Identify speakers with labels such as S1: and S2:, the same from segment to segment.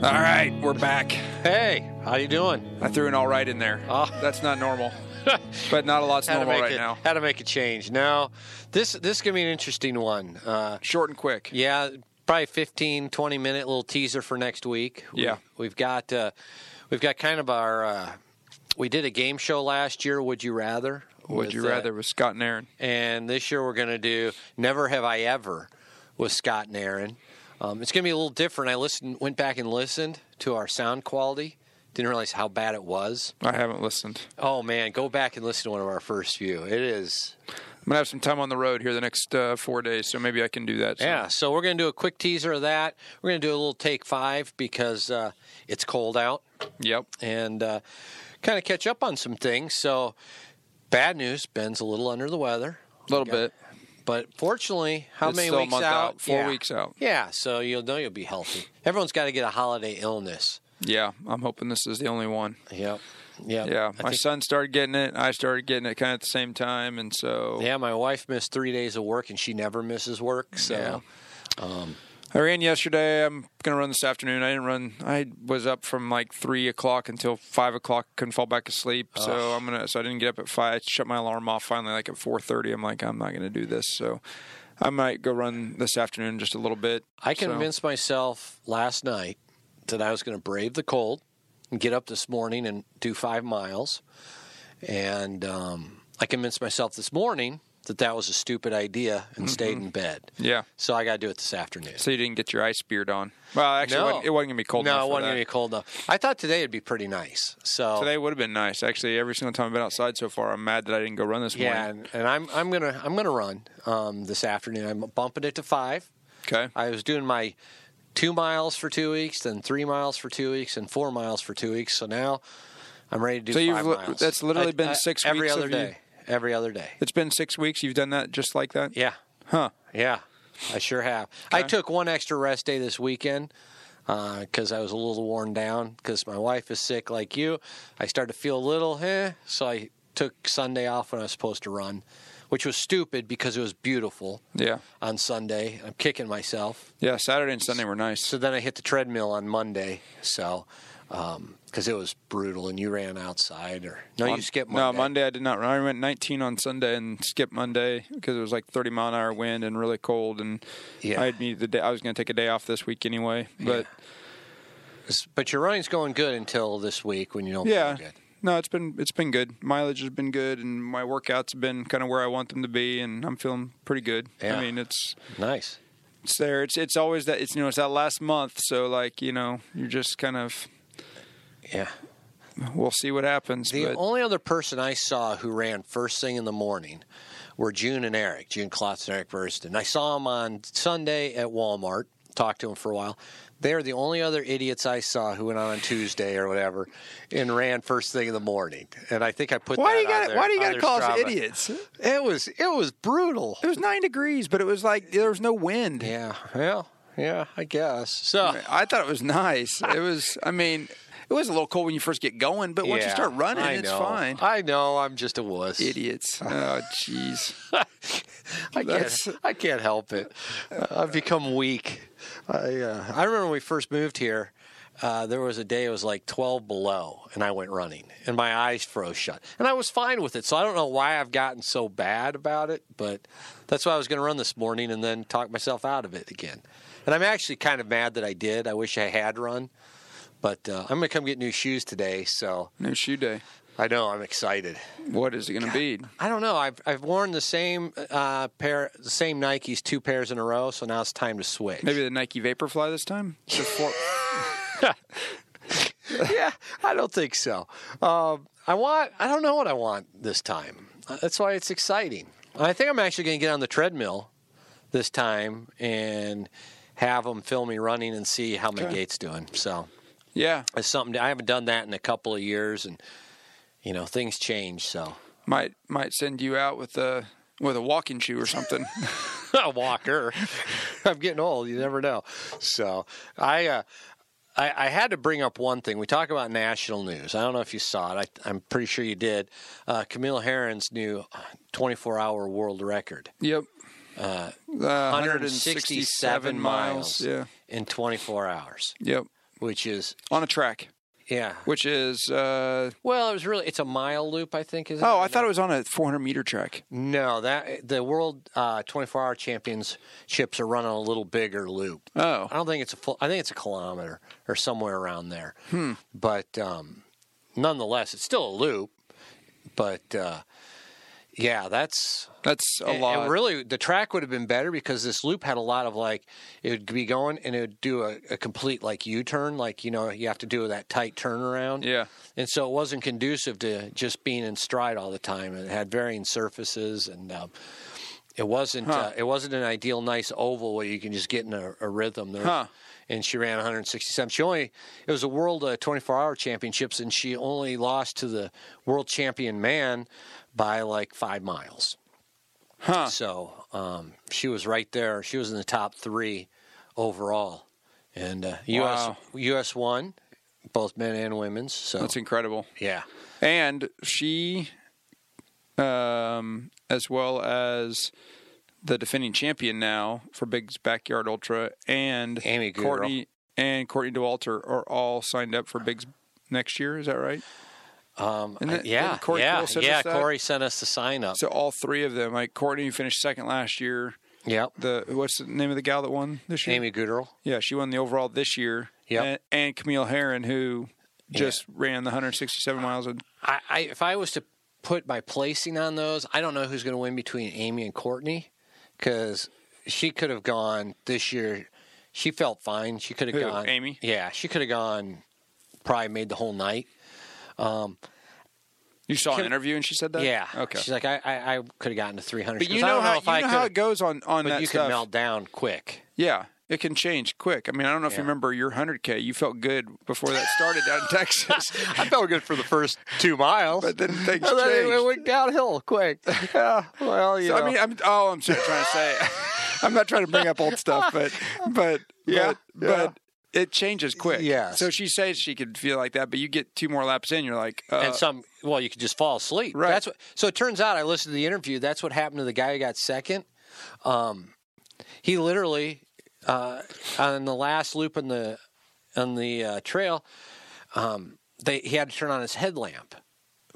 S1: All right, we're back.
S2: Hey, how you doing?
S1: I threw an all right in there.
S2: Ah.
S1: That's not normal, but not a lot's
S2: How to
S1: normal
S2: make
S1: right
S2: it,
S1: now.
S2: How to make a change. Now, this this can be an interesting one. Uh,
S1: Short and quick.
S2: yeah, probably 15, 20 minute little teaser for next week.
S1: Yeah.
S2: we, have got uh, we've got kind of our uh, we did a game show last year. Would you rather?
S1: Would
S2: with,
S1: you
S2: uh,
S1: rather with Scott and Aaron?
S2: And this year we're going to do Never Have I Ever with Scott and Aaron. Um, it's going to be a little different. I listened, went back and listened to our sound quality. Didn't realize how bad it was.
S1: I haven't listened.
S2: Oh man, go back and listen to one of our first few. It is
S1: I'm gonna have some time on the road here the next uh, four days, so maybe I can do that. soon.
S2: yeah. So we're going to do a quick teaser of that. We're going to do a little take five because uh, it's cold out
S1: Yep.
S2: and uh, kind of catch up on some things. So bad news, Ben's a little under the weather.
S1: A little
S2: Got-
S1: bit.
S2: But fortunately, how
S1: It's
S2: many
S1: still a
S2: weeks
S1: month
S2: out?
S1: out, four
S2: Yeah.
S1: weeks out.
S2: Yeah, so you'll know you'll be healthy. Everyone's got to get a holiday illness.
S1: Yeah. I'm hoping this is the only one.
S2: Yep. Yep.
S1: Yeah.
S2: I
S1: My
S2: think-
S1: son started getting it. I started getting it kind of at the same time, and so
S2: yeah, my wife missed three days of work, and she never misses work. So
S1: Yeah. I ran yesterday. I'm gonna run this afternoon. I didn't run. I was up from like three o'clock until five o'clock. Couldn't fall back asleep. So I'm gonna. So I didn't get up at five. I shut my alarm off finally, like at four thirty. I'm like, I'm not gonna do this. So I might go run this afternoon just a little bit.
S2: I
S1: So-
S2: convinced myself last night that I was going to brave the cold and get up this morning and do five miles. And um, I convinced myself this morning that that was a stupid idea and stayed in bed.
S1: yeah.
S2: So I got to do it this afternoon.
S1: So you didn't get your ice beard on. Well, actually,
S2: No.
S1: it, wasn't, it wasn't gonna be cold.
S2: No,
S1: enough
S2: it
S1: for
S2: wasn't
S1: that.
S2: going to be cold enough. I thought today would be pretty nice. So
S1: Today would have been nice. Actually, every single time I've been outside so far, I'm mad that I didn't go run this
S2: yeah,
S1: morning.
S2: and, and I'm I'm gonna I'm gonna run um, this afternoon. I'm bumping it to five.
S1: Okay.
S2: I was doing my two miles for two weeks, then three miles for two weeks, and four miles for two weeks. So now I'm ready to do
S1: So
S2: 5
S1: you've li-
S2: miles. uh,
S1: that's literally been six
S2: every
S1: weeks
S2: other
S1: of you-
S2: day. Every other day.
S1: It's been six weeks. You've done that just like that.
S2: Yeah,
S1: Huh.
S2: yeah. I sure have. I took one extra rest day this weekend because I was a little worn down because my wife is sick, like you. I started to feel a little, eh. So I took Sunday off when I was supposed to run, which was stupid because it was beautiful.
S1: Yeah.
S2: on Sunday. I'm kicking myself.
S1: Yeah. Saturday and Sunday were nice.
S2: So then I hit the treadmill on Monday. So because it was brutal, and you ran outside or no,
S1: On-
S2: you skipped
S1: No,
S2: Monday.
S1: Monday I did not run. I went 19 on Sunday and skipped Monday because it was like 30 mile an hour wind and really cold. And
S2: Yeah.
S1: I needed the day. I was going to take a day off this week anyway. But
S2: But your running's going good until this week when you don't
S1: yeah,
S2: feel good.
S1: no, it's been it's been good. Mileage has been good, and my workouts have been kind of where I want them to be, and I'm feeling pretty good.
S2: Yeah.
S1: I mean, it's
S2: Nice.
S1: it's there. It's it's always that it's you know it's that last month. So like you know you're just kind of
S2: Yeah.
S1: we'll see what happens.
S2: The
S1: but
S2: only other person I saw who ran first thing in the morning were June and Eric, June Klotz and Eric Burston. I saw them on Sunday at Walmart, talked to them for a while. They're the only other idiots I saw who went out on Tuesday or whatever and ran first thing in the morning. And I think I put
S1: why do
S2: that
S1: you
S2: on
S1: got
S2: their-
S1: why do you
S2: on
S1: got to
S2: their
S1: call us
S2: Strava.
S1: idiots?
S2: It was it was brutal.
S1: It was nine degrees, but it was like there was no wind.
S2: Yeah, well, yeah, I guess. So
S1: I thought it was nice. It was. I mean, it was a little cold when you first get going, but once you
S2: yeah,
S1: start running,
S2: I
S1: it's
S2: know.
S1: fine.
S2: I know, I'm just a wuss.
S1: Idiots. Oh, jeez.
S2: I
S1: That's-
S2: can't. I can't help it. Uh, I've become weak. I uh, I remember when we first moved here. Uh, there was a day it was like 12 below, and I went running, and my eyes froze shut, and I was fine with it. So I don't know why I've gotten so bad about it, but that's why I was going to run this morning, and then talk myself out of it again. And I'm actually kind of mad that I did. I wish I had run, but uh, I'm going to come get new shoes today. So
S1: New shoe day.
S2: I know I'm excited.
S1: What is it going to be?
S2: I don't know. I've I've worn the same uh, pair, the same Nikes, two pairs in a row. So now it's time to switch.
S1: Maybe the Nike Vaporfly this time. The four-
S2: yeah, I don't think so. Um, I want. I don't know what I want this time. Uh, That's why it's exciting. I think I'm actually going to get on the treadmill this time and have them film me running and see how my gate's doing. So
S1: yeah,
S2: it's something to- I haven't done that in a couple of years, and you know things change. So
S1: might might send you out with a with a walking shoe or something.
S2: a walker. I'm getting old. You never know. So I, uh, I, I had to bring up one thing. We talk about national news. I don't know if you saw it. I, I'm pretty sure you did. Uh, Camille Herron's new 24-hour world record.
S1: yep. Uh,
S2: 167 miles
S1: Yeah.
S2: in 24 hours.
S1: Yep.
S2: which is
S1: on a track,
S2: yeah.
S1: which is. Uh,
S2: Well, it was really it's a mile loop, I think. Is
S1: oh, I thought it was on a 400 meter track.
S2: no that the world uh, 24-hour championships are run on a little bigger loop.
S1: Oh,
S2: I don't think it's a full. I think it's a kilometer or somewhere around there.
S1: Hmm.
S2: But um, nonetheless, it's still a loop. But uh, yeah, that's
S1: that's a
S2: it-
S1: lot.
S2: It really, the track would have been better because this loop had a lot of like it would be going and it would do a, a complete like U turn, like you know you have to do that tight turnaround.
S1: Yeah.
S2: and so it wasn't conducive to just being in stride all the time. It had varying surfaces and. Um, it wasn't. Uh, it wasn't an ideal, nice oval where you can just get in a, a rhythm. There,
S1: Huh.
S2: and she ran 167. She only it was a world uh, 24-hour championships, and she only lost to the world champion man by like five miles.
S1: huh.
S2: So um, she was right there. She was in the top three overall, and uh, U.S.
S1: Wow.
S2: U.S. won both men and women's. So
S1: That's incredible.
S2: yeah,
S1: And she, um, as well as the defending champion now for Big's Backyard Ultra and
S2: Amy Goodall.
S1: Courtney and Courtney DeWalter are all signed up for Big's next year. Is that right?
S2: um,
S1: Isn't
S2: I-
S1: it-
S2: yeah,
S1: didn't Corey
S2: yeah,
S1: Cole send us
S2: yeah.
S1: that?
S2: Corey sent us the sign up.
S1: So all three of them, like Courtney finished second last year.
S2: yep,
S1: The what's the name of the gal that won this year?
S2: Amy Goodall.
S1: Yeah, she won the overall this year.
S2: Yep.
S1: And, and Camille Heron, who just ran the 167 miles. And
S2: I, I if I was to put my placing on those, I don't know who's going to win between Amy and Courtney because she could have gone this year. She felt fine. She could have
S1: Who,
S2: gone.
S1: Amy?
S2: Yeah, she could have gone. Probably made the whole night.
S1: you saw
S2: Can-
S1: an interview, and she said that.
S2: Yeah.
S1: Okay.
S2: She's like, I, I, I could have gotten to 300.
S1: but
S2: She goes,
S1: you
S2: I
S1: know
S2: don't
S1: how
S2: know if
S1: you
S2: I
S1: know how
S2: could've-
S1: it goes on on
S2: But
S1: that
S2: you
S1: stuff.
S2: can melt down quick.
S1: Yeah, it can change quick. I mean, I don't know if you
S2: Yeah.
S1: remember your 100k. You felt good before that started down in Texas,
S2: I felt good for the first two miles.
S1: but then things
S2: And then it,
S1: changed.
S2: it went downhill quick. yeah. Well, you
S1: So,
S2: know.
S1: I mean, I'm oh, I'm sorry, trying to say, I'm not trying to bring up old stuff, but but
S2: Yeah,
S1: but, but it changes quick.
S2: Yes.
S1: So she says she could feel like that, but you get two more laps in, you're like, uh,
S2: and some well you could just fall asleep
S1: Right.
S2: that's what so it turns out i listened to the interview that's what happened to the guy who got second um he literally uh on the last loop in the on the uh, trail um they he had to turn on his headlamp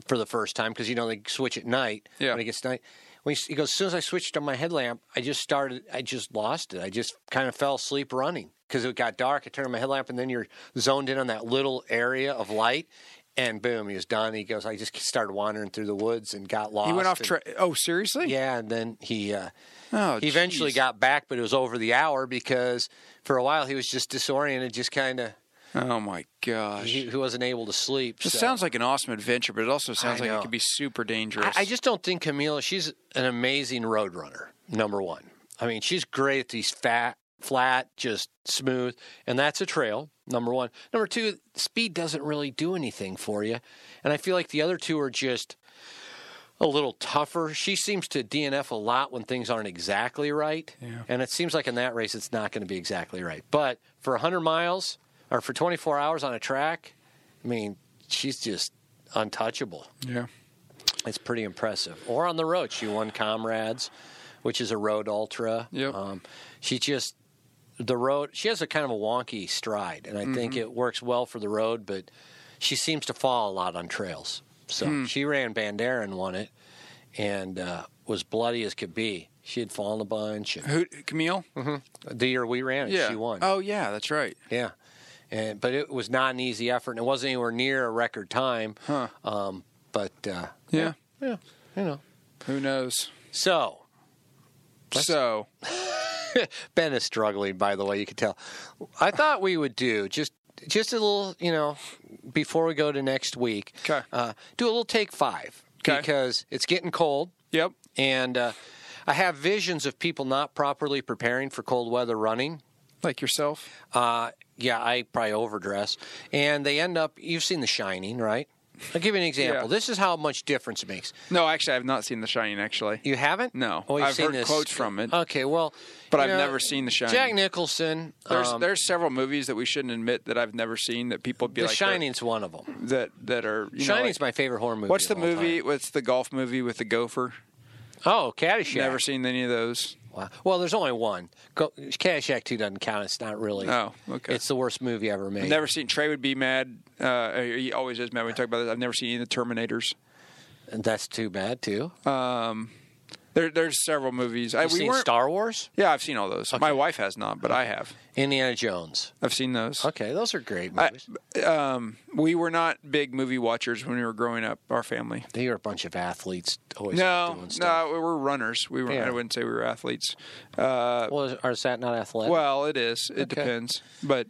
S2: for the first time because you know they switch at night
S1: Yeah.
S2: when it gets night when he, he goes as soon as i switched on my headlamp i just started i just lost it i just kind of fell asleep running because it got dark i turned on my headlamp and then you're zoned in on that little area of light and boom he was done he goes i just started wandering through the woods and got lost
S1: he went off
S2: and-
S1: track. Oh, seriously?
S2: yeah and then he uh
S1: Oh,
S2: he eventually
S1: jeez.
S2: got back, but it was over the hour because for a while he was just disoriented, just kind of
S1: Oh my gosh.
S2: he, he wasn't able to sleep.
S1: this
S2: so.
S1: sounds like an awesome adventure, but it also sounds
S2: I
S1: like
S2: know.
S1: it could be super dangerous.
S2: I, I just don't think Camila. She's an amazing road runner. Number one, I mean, she's great at these fat, flat, just smooth, and that's a trail. Number one. Number two, speed doesn't really do anything for you, and I feel like the other two are just a little tougher. She seems to DNF a lot when things aren't exactly right, and it seems like in that race it's not going to be exactly right. But for 100 miles or for 24 hours on a track, I mean, she's just untouchable.
S1: yeah.
S2: It's pretty impressive. Or on the road, she won Comrades, which is a road ultra. Um,
S1: Yep.
S2: she just the road. She has a kind of a wonky stride, and I think it works well for the road. But she seems to fall a lot on trails. So she ran Bandera and won it, and uh, was bloody as could be. She had fallen a bunch. And
S1: Who, Camille?
S2: the year we ran it,
S1: Yeah.
S2: she won.
S1: Oh yeah, that's right.
S2: Yeah. And, but it was not an easy effort, and it wasn't anywhere near a record time.
S1: Huh.
S2: Um, but uh,
S1: Yeah.
S2: yeah, you know.
S1: Who knows?
S2: So
S1: so
S2: Ben is struggling, by the way. You can tell. I thought we would do just just a little, you know, before we go to next week.
S1: 'Kay.
S2: Uh, do a little take five
S1: 'Kay.
S2: because it's getting cold,
S1: yep.
S2: and uh, I have visions of people not properly preparing for cold weather running.
S1: Like yourself.
S2: Uh, yeah, I probably overdress, and they end up. You've seen The Shining, right? I'll give you an example.
S1: Yeah.
S2: This is how much difference it makes.
S1: No, actually, I have not seen The Shining. Actually,
S2: You haven't? Oh,
S1: No.
S2: you've
S1: I've heard quotes from it.
S2: Okay, well,
S1: But
S2: you
S1: I've never seen The Shining.
S2: Jack Nicholson.
S1: There's
S2: um,
S1: there's several movies that we shouldn't admit that I've never seen that people would be
S2: The
S1: like they're-
S2: Shining's one of them.
S1: that that are you know,
S2: Shining's
S1: like-
S2: my favorite horror movie.
S1: What's
S2: of
S1: the
S2: all
S1: movie?
S2: time.
S1: What's the golf movie with the gopher?
S2: Oh, Caddyshack.
S1: Never seen any of those.
S2: Wow. Well, there's only one. Go, Caddyshack 2 doesn't count. It's not really.
S1: Oh, okay.
S2: It's the worst movie ever made.
S1: I've never seen. Trey would be mad. Uh, he always is mad when we talk about this. I've never seen any of the Terminators.
S2: And that's too bad, too.
S1: Um, there, there's several movies. I,
S2: You've seen
S1: weren't-
S2: Star Wars?
S1: Yeah, I've seen all those. My wife has not, but I have.
S2: Indiana Jones.
S1: I've seen those.
S2: Okay, those are great
S1: I,
S2: movies.
S1: um, we were not big movie watchers when we were growing up. Our family.
S2: they are a bunch of athletes always
S1: No,
S2: doing stuff.
S1: no, we were runners. We were.
S2: Yeah.
S1: I wouldn't say we were athletes. Uh,
S2: Well, is, or is that not athletic?
S1: well, it is. It
S2: Okay.
S1: depends. But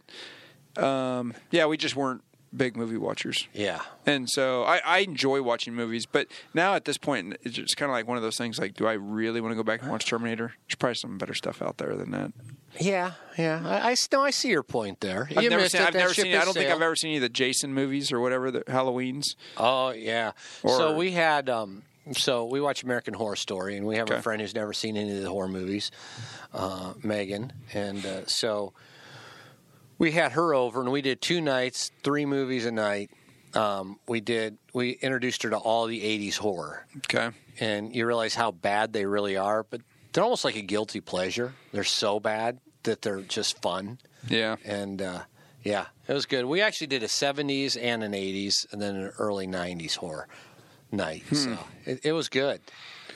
S1: um, yeah, we just weren't big movie watchers.
S2: yeah.
S1: And so I, I enjoy watching movies, but now at this point, it's just kind of like one of those things. Like, do I really want to go back and watch Terminator? There's probably some better stuff out there than that.
S2: Yeah, yeah. I, I s- no, I see your point there.
S1: I've
S2: You
S1: never
S2: missed
S1: seen.
S2: it.
S1: I've
S2: That
S1: never
S2: ship
S1: seen.
S2: has
S1: I don't think
S2: sailed.
S1: I've ever seen any of the Jason movies or whatever the Halloween's.
S2: Oh yeah.
S1: Or-
S2: so we had um so we watch American Horror Story and we have
S1: Okay.
S2: a friend who's never seen any of the horror movies, uh, Megan, and uh, so we had her over and we did two nights, three movies a night. Um, we did we introduced her to all the 80s horror
S1: Okay.
S2: and you realize how bad they really are, but they're almost like a guilty pleasure. They're so bad that they're just fun
S1: Yeah.
S2: and uh, yeah, it was good. We actually did a '70s and an '80s, and then an early '90s horror night. So it, it was good.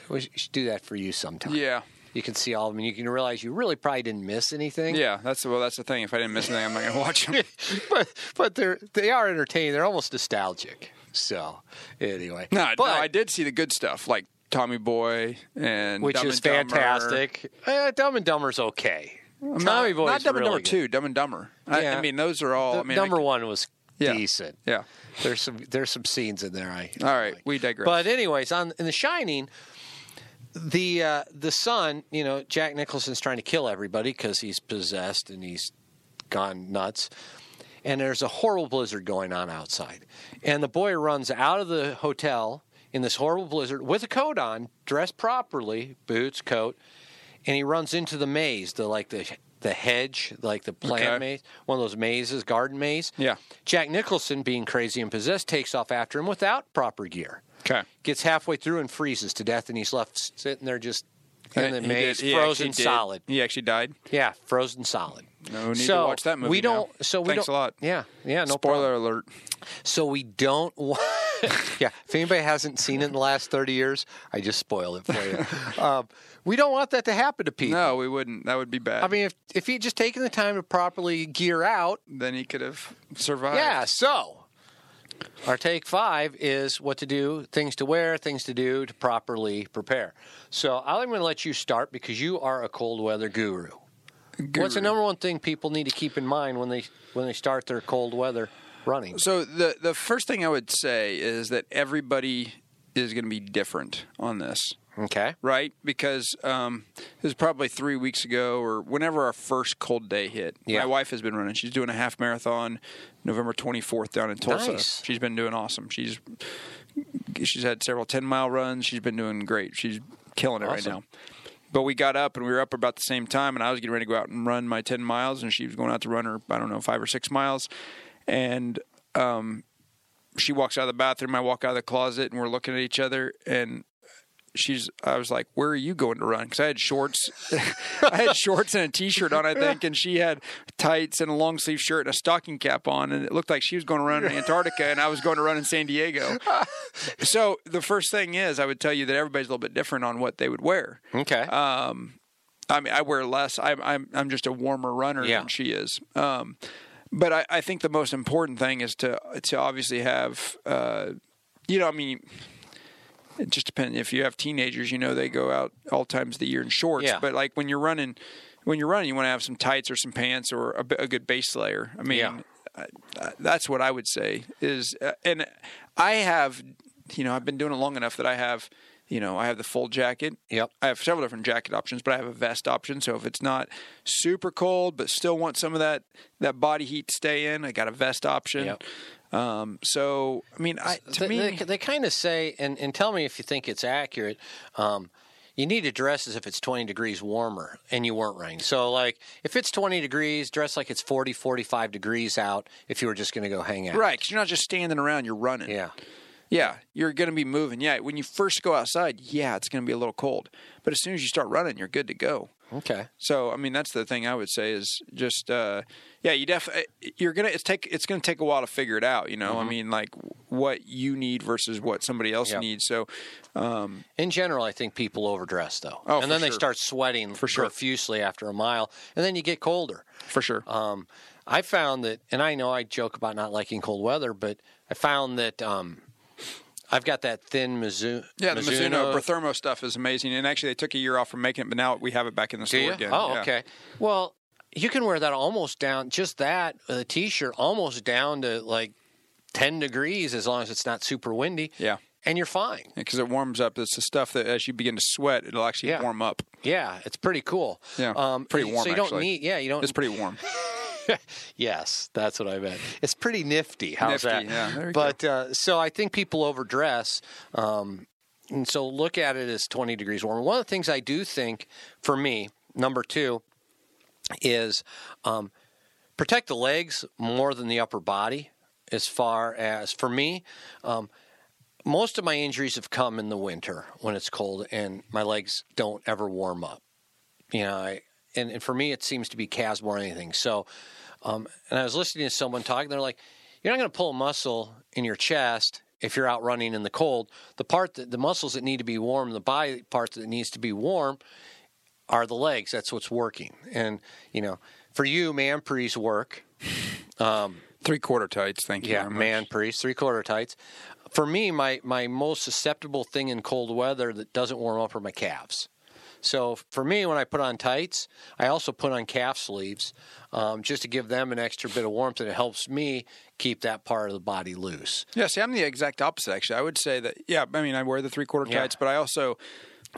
S2: We sh- should do that for you sometime.
S1: Yeah.
S2: you can see all of them. and You can realize you really probably didn't miss anything.
S1: Yeah. That's the, well. That's the thing. If I didn't miss anything, I'm not gonna watch them.
S2: but but they're they are entertaining. They're almost nostalgic. So anyway,
S1: No,
S2: but,
S1: no, I did see the good stuff like Tommy Boy and
S2: which
S1: Dumb
S2: is
S1: and Dumber.
S2: fantastic. Eh, Dumb and Dumber's okay.
S1: I'm not-
S2: Tommy Boy's
S1: not Dumb and
S2: really
S1: Dumber
S2: good.
S1: Two, Dumb and Dumber. I, I
S2: Yeah.
S1: mean, those are all.
S2: The-
S1: I mean, I
S2: number
S1: can-
S2: one was
S1: Yeah.
S2: decent.
S1: Yeah.
S2: There's some there's some scenes in there. I
S1: All right, we digress.
S2: But anyways, on in The Shining, the uh, the son, you know, Jack Nicholson's trying to kill everybody because he's possessed and he's gone nuts. And there's a horrible blizzard going on outside, and the boy runs out of the hotel in this horrible blizzard with a coat on, dressed properly, boots, coat, and he runs into the maze, the like the the hedge, like the plant
S1: Okay.
S2: maze, one of those mazes, garden maze.
S1: Yeah.
S2: Jack Nicholson, being crazy and possessed, takes off after him without proper gear.
S1: Okay.
S2: Gets halfway through and freezes to death, and he's left sitting there just in the
S1: He
S2: maze,
S1: did- he
S2: frozen
S1: actually did.
S2: solid.
S1: He actually died.
S2: Yeah, frozen solid.
S1: No need to
S2: so
S1: watch that movie
S2: We don't.
S1: now.
S2: So we
S1: Thanks
S2: don't,
S1: a lot.
S2: Yeah, yeah. No problem.
S1: Spoiler alert.
S2: So we don't. wa- yeah, if anybody hasn't seen it in the last thirty years, I just spoiled it for you. um, we don't want that to happen to people.
S1: No, we wouldn't. That would be bad.
S2: I mean, if if he would just taken the time to properly gear out,
S1: then he could have survived.
S2: yeah. So our take five is what to do, things to wear, things to do to properly prepare. So I'm going to let you start because you are a cold weather guru. What's the
S1: Guru.
S2: number one thing people need to keep in mind when they when they start their cold weather running?
S1: So the the first thing I would say is that everybody is going to be different on this,
S2: Okay.
S1: right? Because um, it was probably three weeks ago or whenever our first cold day hit.
S2: Yeah.
S1: My wife has been running. She's doing a half marathon, November twenty fourth down in Tulsa.
S2: Nice.
S1: She's been doing awesome. She's she's had several ten mile runs. She's been doing great. She's killing it
S2: Awesome.
S1: right now. But we got up and we were up about the same time, and I was getting ready to go out and run my 10 miles, and she was going out to run her, I don't know, five or six miles. And um, she walks out of the bathroom. I walk out of the closet, and we're looking at each other. And she's, I was like, "Where are you going to run?" Because I had shorts, I had shorts and a t-shirt on, I think, and she had tights and a long sleeve shirt and a stocking cap on, and it looked like she was going to run in Antarctica, and I was going to run in San Diego. so the first thing is, I would tell you that everybody's a little bit different on what they would wear.
S2: Okay.
S1: Uh, I mean, I wear less. I'm I'm I'm just a warmer runner
S2: Yeah.
S1: than she is. Um, but I, I think the most important thing is to to obviously have, uh, you know, I mean, it just depends. If you have teenagers, you know, they go out all times of the year in shorts.
S2: Yeah.
S1: But like when you're running, when you're running, you want to have some tights or some pants or a, b- a good base layer. I mean,
S2: Yeah.
S1: I, I, that's what I would say is, uh, and I have, you know, I've been doing it long enough that I have. You know, I have the full jacket.
S2: Yep.
S1: I have several different jacket options, but I have a vest option. So if it's not super cold, but still want some of that that body heat to stay in, I got a vest option.
S2: Yep.
S1: Um, so I mean, I, to
S2: they,
S1: me,
S2: they, they kind of say, and, and tell me if you think it's accurate. Um, you need to dress as if it's 20 degrees warmer and you weren't running. So, like, if it's 20 degrees, dress like it's 40, 45 degrees out if you were just going to go hang out.
S1: right? Because you're not just standing around; you're running.
S2: Yeah.
S1: Yeah, you're going to be moving. Yeah, when you first go outside, yeah, it's going to be a little cold. But as soon as you start running, you're good to go.
S2: Okay.
S1: So, I mean, that's the thing I would say is just, uh, yeah, you definitely you're gonna it's take it's gonna take a while to figure it out. You know, I
S2: Mm-hmm.
S1: mean, like what you need versus what somebody else
S2: Yep.
S1: needs. So, um,
S2: In general, I think people overdress though,
S1: Oh, for
S2: and then they
S1: sure.
S2: start sweating
S1: sure.
S2: profusely after a mile, and then you get colder.
S1: for sure,
S2: Um, I found that, and I know I joke about not liking cold weather, but I found that um, I've got that thin Mizu-
S1: yeah, the Mizuno,
S2: Mizuno
S1: Berthermo stuff is amazing. And actually, they took a year off from making it, but now we have it back in the
S2: Do
S1: store
S2: you?
S1: again.
S2: Oh,
S1: Yeah.
S2: okay. Well, you can wear that almost down, just that, the t shirt, almost down to like 10 degrees as long as it's not super windy.
S1: Yeah.
S2: And you're fine.
S1: because it warms up. It's the stuff that as you begin to sweat, it'll actually
S2: Yeah.
S1: warm up.
S2: Yeah, it's pretty cool.
S1: Yeah,
S2: um,
S1: pretty warm,
S2: So you don't
S1: actually.
S2: need. Yeah, you don't.
S1: It's pretty warm.
S2: Yes, that's what I meant. It's pretty nifty. How's
S1: Nifty,
S2: that?
S1: yeah, there you
S2: but Uh, so I think people overdress. Um, and so look at it as 20 degrees warmer. One of the things I do think for me, number two, is um, protect the legs more than the upper body. As far as for me, um, most of my injuries have come in the winter when it's cold and my legs don't ever warm up you know, I, and, and for me, it seems to be calves more than anything. So, um, and I was listening to someone talking. They're like, you're not going to pull a muscle in your chest if you're out running in the cold. The part that the muscles that need to be warm, the body part that needs to be warm, are the legs. That's what's working. And you know, for you, man, priest work.
S1: Three quarter tights. Thank you.
S2: Yeah,
S1: very much.
S2: man, priest, three quarter tights. For me, my my most susceptible thing in cold weather that doesn't warm up are my calves. So for me, when I put on tights, I also put on calf sleeves um, just to give them an extra bit of warmth, and it helps me keep that part of the body loose.
S1: Yeah, see, I'm the exact opposite. Actually, I would say that. Yeah, I mean, I wear the three quarter
S2: Yeah.
S1: tights, but I also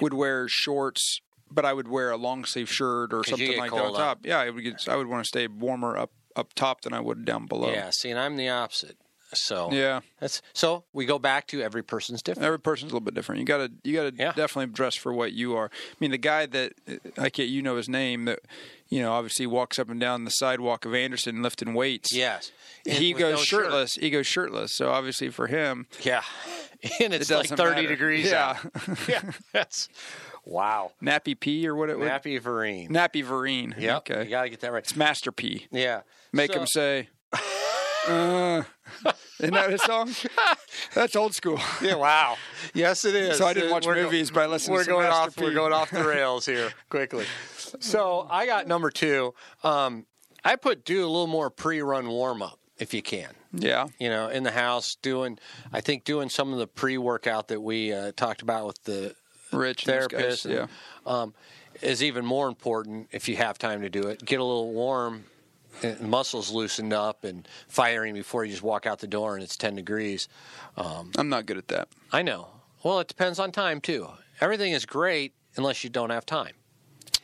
S1: would wear shorts. But I would wear a long sleeve shirt or
S2: you
S1: something
S2: get
S1: like that on
S2: cold
S1: top.
S2: up.
S1: Yeah, I would. Get, I would want to stay warmer up up top than I would down below.
S2: Yeah, see, and I'm the opposite. So
S1: Oh. Yeah. Uh,
S2: that's so we go back to every person's different.
S1: Every person's a little bit different. You gotta you gotta
S2: Yeah.
S1: definitely dress for what you are. I mean, the guy that I can't you know his name that you know obviously walks up and down the sidewalk of Anderson lifting weights.
S2: Yes, And
S1: he
S2: with
S1: goes
S2: no shirt.
S1: shirtless. He goes shirtless. So obviously for him,
S2: Yeah, and it's like
S1: doesn't
S2: thirty
S1: matter.
S2: degrees.
S1: Yeah.
S2: out. yeah, that's wow.
S1: Nappy P or what it was.
S2: Nappy Vereen.
S1: Nappy Vereen.
S2: Yeah,
S1: Okay.
S2: you got to get that right.
S1: It's Master P.
S2: Yeah,
S1: Make
S2: So-
S1: him say. Uh, isn't that his song? That's old school.
S2: Yeah, wow. Yes, it is.
S1: So I didn't watch
S2: We're go-
S1: movies, but I listened.
S2: We're
S1: to some
S2: going
S1: Master
S2: off.
S1: P.
S2: We're going off the rails here quickly. So I got number two. Um, I put do a little more pre-run warm up if you can.
S1: Yeah.
S2: You know, in the house doing. I think doing some of the pre-workout that we uh, talked about with the
S1: Rich and those guys,
S2: therapist. and,
S1: Yeah.
S2: um, is even more important if you have time to do it. Get a little warm, and muscles loosened up and firing before you just walk out the door and it's ten degrees.
S1: I'm not good at that.
S2: I know. Well, it depends on time too. Everything is great unless you don't have time.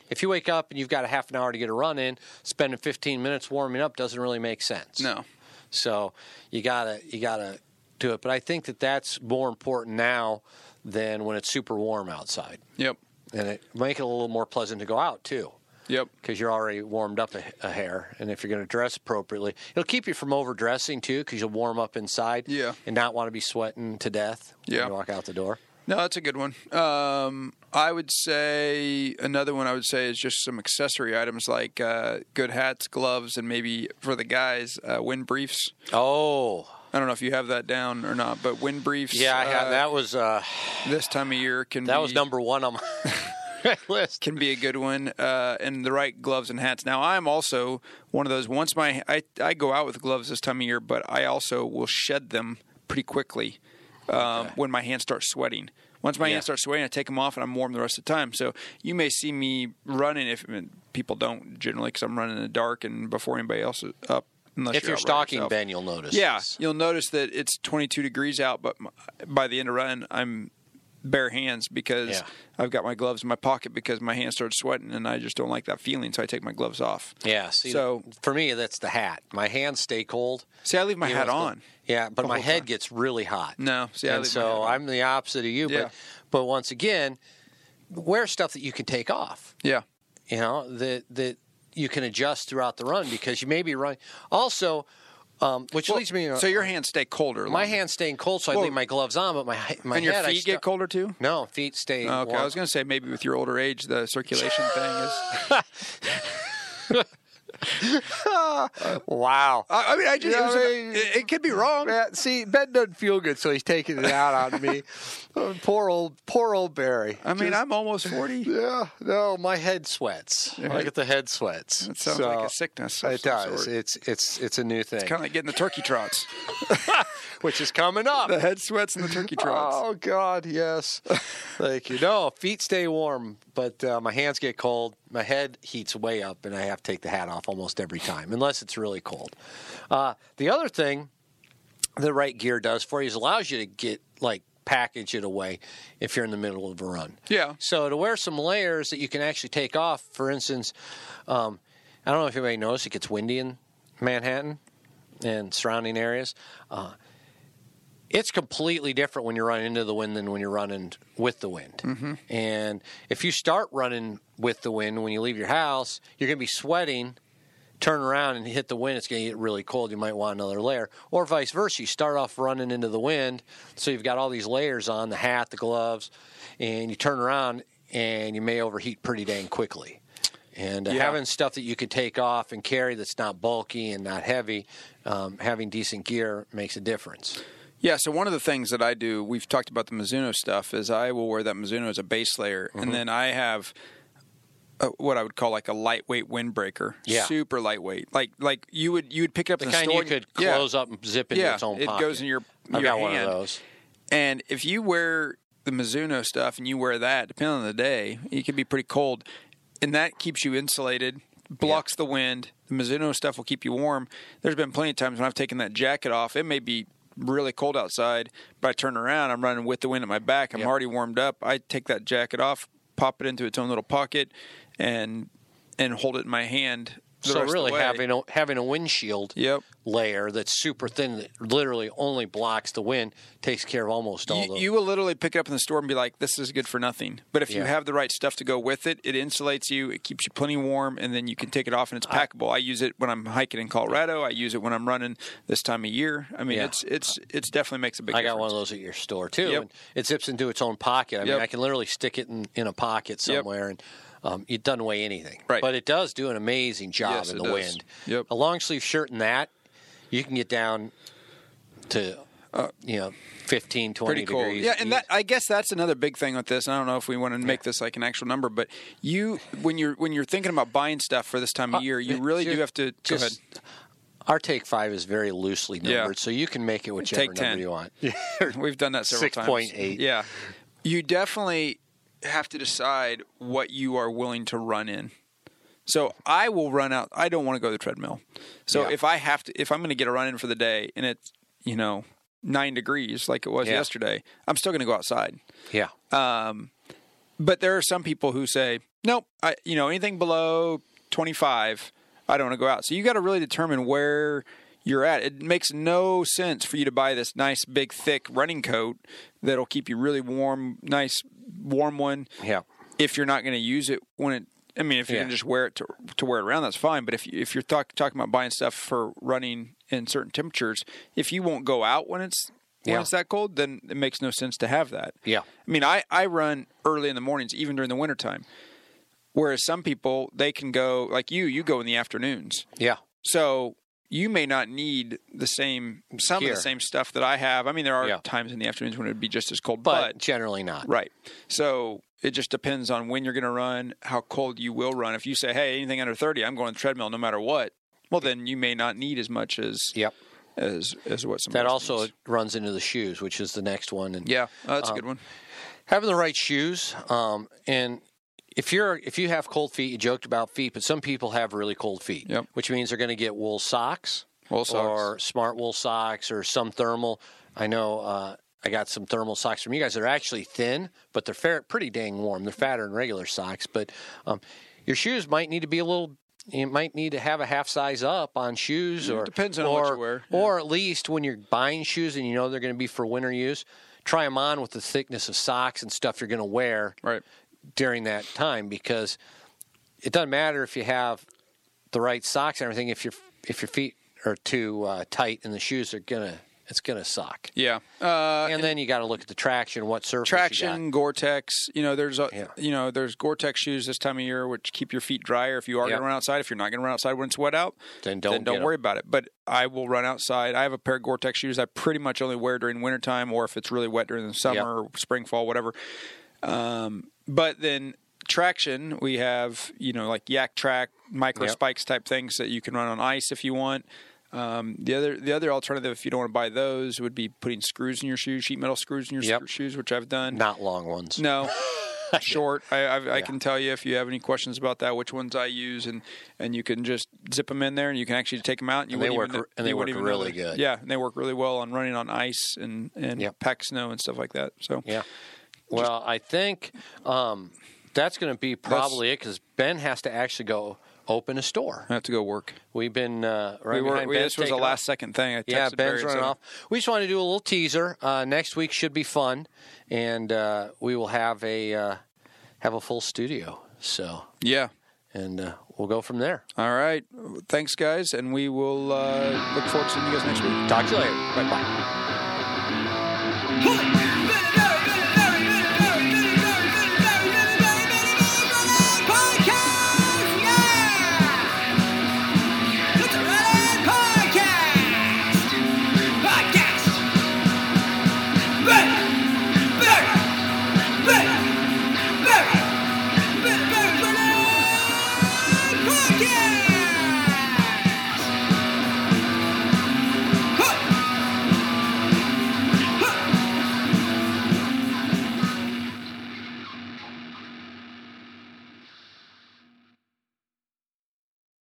S2: If you wake up and you've got a half an hour to get a run in, spending 15 minutes warming up doesn't really make sense.
S1: No.
S2: So you gotta you gotta do it. But I think that that's more important now than when it's super warm outside,
S1: Yep.
S2: and it make it a little more pleasant to go out too.
S1: Yep.
S2: Because you're already warmed up a, a hair, and if you're going to dress appropriately, it'll keep you from overdressing too. Because you'll warm up inside,
S1: Yeah.
S2: and not want to be sweating to death when
S1: Yeah.
S2: you walk out the door.
S1: No, that's a good one. Um, I would say another one I would say is just some accessory items like uh, good hats, gloves, and maybe for the guys, uh, wind briefs.
S2: Oh,
S1: I don't know if you have that down or not, but wind briefs.
S2: yeah, I had,
S1: uh,
S2: that was uh,
S1: This time of year can
S2: that
S1: be,
S2: was number one on my list.
S1: can be a good one, uh, and the right gloves and hats. Now I'm also one of those. Once my I, I go out with gloves this time of year, but I also will shed them pretty quickly um, when my hands start sweating. Once my
S2: Yeah.
S1: hands start sweating, I take them off and I'm warm the rest of the time. So you may see me running if I mean, people don't generally because I'm running in the dark and before anybody else is up. Unless
S2: If
S1: you're,
S2: you're
S1: out running
S2: stalking
S1: yourself.
S2: Ben, you'll notice.
S1: Yeah,
S2: this.
S1: you'll notice that it's 22 degrees out, but m- by the end of run, I'm bare hands because
S2: Yeah.
S1: I've got my gloves in my pocket because my hands started sweating and I just don't like that feeling, so I take my gloves off.
S2: yeah. See,
S1: So-
S2: for me, that's the hat. My hands stay cold.
S1: See, I leave my
S2: You know,
S1: hat
S2: it's the-
S1: on.
S2: Yeah, but my
S1: whole
S2: head
S1: time.
S2: gets really hot.
S1: No, see, I
S2: and
S1: leave my hat
S2: so
S1: on.
S2: I'm the opposite of you.
S1: Yeah.
S2: But but once again, wear stuff that you can take off.
S1: Yeah,
S2: you know that that you can adjust throughout the run because you may be running. Also, Um, which
S1: Well,
S2: leads me.
S1: so your hands stay colder.
S2: my
S1: longer.
S2: hand's staying cold, so I
S1: Well-
S2: leave my gloves on, but my my
S1: and your
S2: head, I
S1: feet
S2: stu-
S1: get colder too.
S2: No, feet stay.
S1: Oh, okay, I
S2: warm.
S1: was going to say maybe with your older age, the circulation thing is.
S2: Wow.
S1: I, I mean, I just
S3: Yeah,
S1: it, was
S3: I
S1: an-
S3: mean-
S1: it, it could be Oh, wrong.
S3: Yeah, see, Ben doesn't feel good, so he's taking it out on me. Oh, poor old, poor old Barry.
S1: I mean, I'm almost forty.
S3: yeah,
S2: No, my head sweats. I get the head sweats.
S1: That sounds like a sickness. of
S3: it
S1: some
S3: does.
S1: sort.
S2: It's it's it's a new thing,
S1: Kind of like getting the turkey trots.
S2: which is coming up.
S1: the head sweats and the turkey trots.
S2: Oh God, yes. Thank you. No, feet stay warm, but uh, my hands get cold. My head heats way up, and I have to take the hat off almost every time, unless it's really cold. Uh, the other thing the right gear does for you is allows you to get like package it away if you're in the middle of a run.
S1: Yeah.
S2: So to wear some layers that you can actually take off. For instance, um, I don't know if anybody noticed it gets windy in Manhattan and surrounding areas. Uh, it's completely different when you're running into the wind than when you're running with the wind. And if you start running with the wind when you leave your house, you're going to be sweating. Turn around and hit the wind, it's going to get really cold. You might want another layer, or vice versa. You start off running into the wind, so you've got all these layers on the hat, the gloves, and you turn around and you may overheat pretty dang quickly. And uh,
S1: Yeah.
S2: having stuff that you could take off and carry that's not bulky and not heavy, um, having decent gear makes a difference.
S1: Yeah, so one of the things that I do, we've talked about the Mizuno stuff, is I will wear that Mizuno as a base layer,
S2: Mm-hmm.
S1: and then I have a, what I would call like a lightweight windbreaker,
S2: Yeah.
S1: super lightweight, like like you would you would pick it up
S2: The
S1: in
S2: kind
S1: the store.
S2: you could
S1: yeah,
S2: close up and zip into
S1: yeah,
S2: its own
S1: it
S2: pocket.
S1: goes in your
S2: I've
S1: your
S2: got one
S1: hand.
S2: of those.
S1: And if you wear the Mizuno stuff and you wear that, depending on the day, it can be pretty cold, and that keeps you insulated, blocks the wind. The Mizuno stuff will keep you warm. There's been plenty of times when I've taken that jacket off. It may be really cold outside, but I turn around, I'm running with the wind at my back. I'm already warmed up. I take that jacket off, pop it into its own little pocket, and and hold it in my hand. the
S2: So
S1: rest of the
S2: really,
S1: way.
S2: having a, having a windshield
S1: Yep.
S2: layer that's super thin that literally only blocks the wind takes care of almost all
S1: you,
S2: the
S1: you will literally pick it up in the store and be like, "This is good for nothing." But if you
S2: Yeah.
S1: have the right stuff to go with it, it insulates you, it keeps you plenty warm, and then you can take it off and it's packable. I, use it when I'm hiking in Colorado. I use it when I'm running this time of year. I mean,
S2: Yeah.
S1: it's it's it's definitely makes a big.
S2: I
S1: difference.
S2: got one of those at your store too.
S1: Yep.
S2: And it zips into its own pocket. I
S1: Yep.
S2: mean, I can literally stick it in, in a pocket
S1: Yep.
S2: somewhere, and um, it doesn't weigh anything.
S1: Right.
S2: But it does do an amazing job
S1: Yes,
S2: in
S1: it
S2: the
S1: does.
S2: wind.
S1: Yep.
S2: A long sleeve shirt and that, you can get down to you know 15, 20
S1: Uh, pretty cool.
S2: degrees.
S1: Yeah, and that I guess that's another big thing with this. And I don't know if we want to make this like an actual number, but you when you're when you're thinking about buying stuff for this time of year, you really
S2: Uh, ju-
S1: do have to go ahead.
S2: just- Our take five is very loosely numbered,
S1: Yeah.
S2: so you can make it whichever
S1: 10.
S2: number you want.
S1: We've done that several times.
S2: 6.8.
S1: Yeah. You definitely have to decide what you are willing to run in. So I will run out. I don't want to go to the treadmill. So
S2: Yeah.
S1: if I have to, if I'm going to get a run in for the day and it's, you know, nine degrees like it was
S2: Yeah.
S1: yesterday, I'm still going to go outside.
S2: Yeah.
S1: But there are some people who say, nope, I, you know, anything below 25, I don't want to go out. So you got to really determine where you're at. It makes no sense for you to buy this nice, big, thick running coat that'll keep you really warm, nice, warm one.
S2: Yeah.
S1: If you're not going to use it when it, I mean, if you're
S2: Yeah.
S1: going to just wear it to, to wear it around, that's fine. But if you, if you're talk, talking about buying stuff for running in certain temperatures, if you won't go out when it's when
S2: Yeah.
S1: it's that cold, then it makes no sense to have that.
S2: Yeah.
S1: I mean, I, I run early in the mornings, even during the wintertime. Whereas some people, they can go, like you, you go in the afternoons.
S2: yeah.
S1: So you may not need the same, some
S2: Gear.
S1: of the same stuff that I have. I mean, there are
S2: Yeah.
S1: times in the afternoons when it would be just as cold,
S2: But,
S1: but,
S2: generally not.
S1: right. So it just depends on when you're going to run, how cold you will run. If you say, hey, anything under 30, I'm going to the treadmill no matter what. Well, then you may not need as much as
S2: Yep.
S1: as as what some
S2: That
S1: else
S2: also um,
S1: needs.
S2: runs into the shoes, which is the next one. And
S1: yeah, oh, that's a good one.
S2: having the right shoes um, and if you're if you have cold feet you joked about feet but some people have really cold feet
S1: Yep.
S2: which means they're going to get wool socks
S1: Wool socks.
S2: or smart wool socks or some thermal i know uh, i got some thermal socks from you guys they're actually thin but they're fair, pretty dang warm they're fatter than regular socks but um, your shoes might need to be a little you might need to have a half size up on shoes or
S1: Mm, depends on
S2: or,
S1: what you wear.
S2: or at least when you're buying shoes and you know they're going to be for winter use, try them on with the thickness of socks and stuff you're going to wear
S1: Right.
S2: during that time because it doesn't matter if you have the right socks and everything if your if your feet or too uh, tight in the shoes, they're gonna it's gonna suck.
S1: Yeah. Uh,
S2: And, then you got to look at the traction, what surface you got.
S1: traction, Gore-Tex. You know, there's a,
S2: Yeah.
S1: you know, there's Gore-Tex shoes this time of year which keep your feet drier if you are
S2: Yep.
S1: going to run outside. If you're not going to run outside when it's wet out,
S2: Then don't
S1: then don't
S2: get 'em.
S1: worry about it. But I will run outside. I have a pair of Gore-Tex shoes I pretty much only wear during wintertime or if it's really wet during the summer or spring, fall, whatever. Um, but then traction, we have, you know, like yak track, micro
S2: Yep.
S1: spikes type things that you can run on ice if you want. Um, the other the other alternative, if you don't want to buy those, would be putting screws in your shoes, sheet metal screws in your
S2: Yep.
S1: shoes, which I've done.
S2: Not long ones.
S1: No, short. I, I, I can tell you if you have any questions about that, which ones I use, and and you can just zip them in there, and you can actually take them out. And, you
S2: And they
S1: wouldn't
S2: work
S1: even,
S2: re- and they
S1: you wouldn't
S2: work
S1: even know
S2: really
S1: that-
S2: good.
S1: Yeah, and they work really well on running on ice and and
S2: Yep.
S1: packed snow and stuff like that. So
S2: Yeah. Well, I think um, that's going to be probably it because Ben has to actually go open a store.
S1: I have to go work.
S2: We've been uh, right
S1: We were.
S2: behind
S1: We,
S2: Ben's
S1: this was a
S2: taking
S1: last
S2: off.
S1: second thing. I
S2: Yeah,
S1: texted
S2: Ben's
S1: Barry and
S2: running
S1: said-
S2: off. We just want to do a little teaser. Uh, next week should be fun, and uh, we will have a uh, have a full studio. So,
S1: Yeah.
S2: and uh, we'll go from there.
S1: All right. Thanks, guys, and we will uh, look forward to seeing you guys next week.
S2: Talk to you later. Bye bye.
S4: Hey!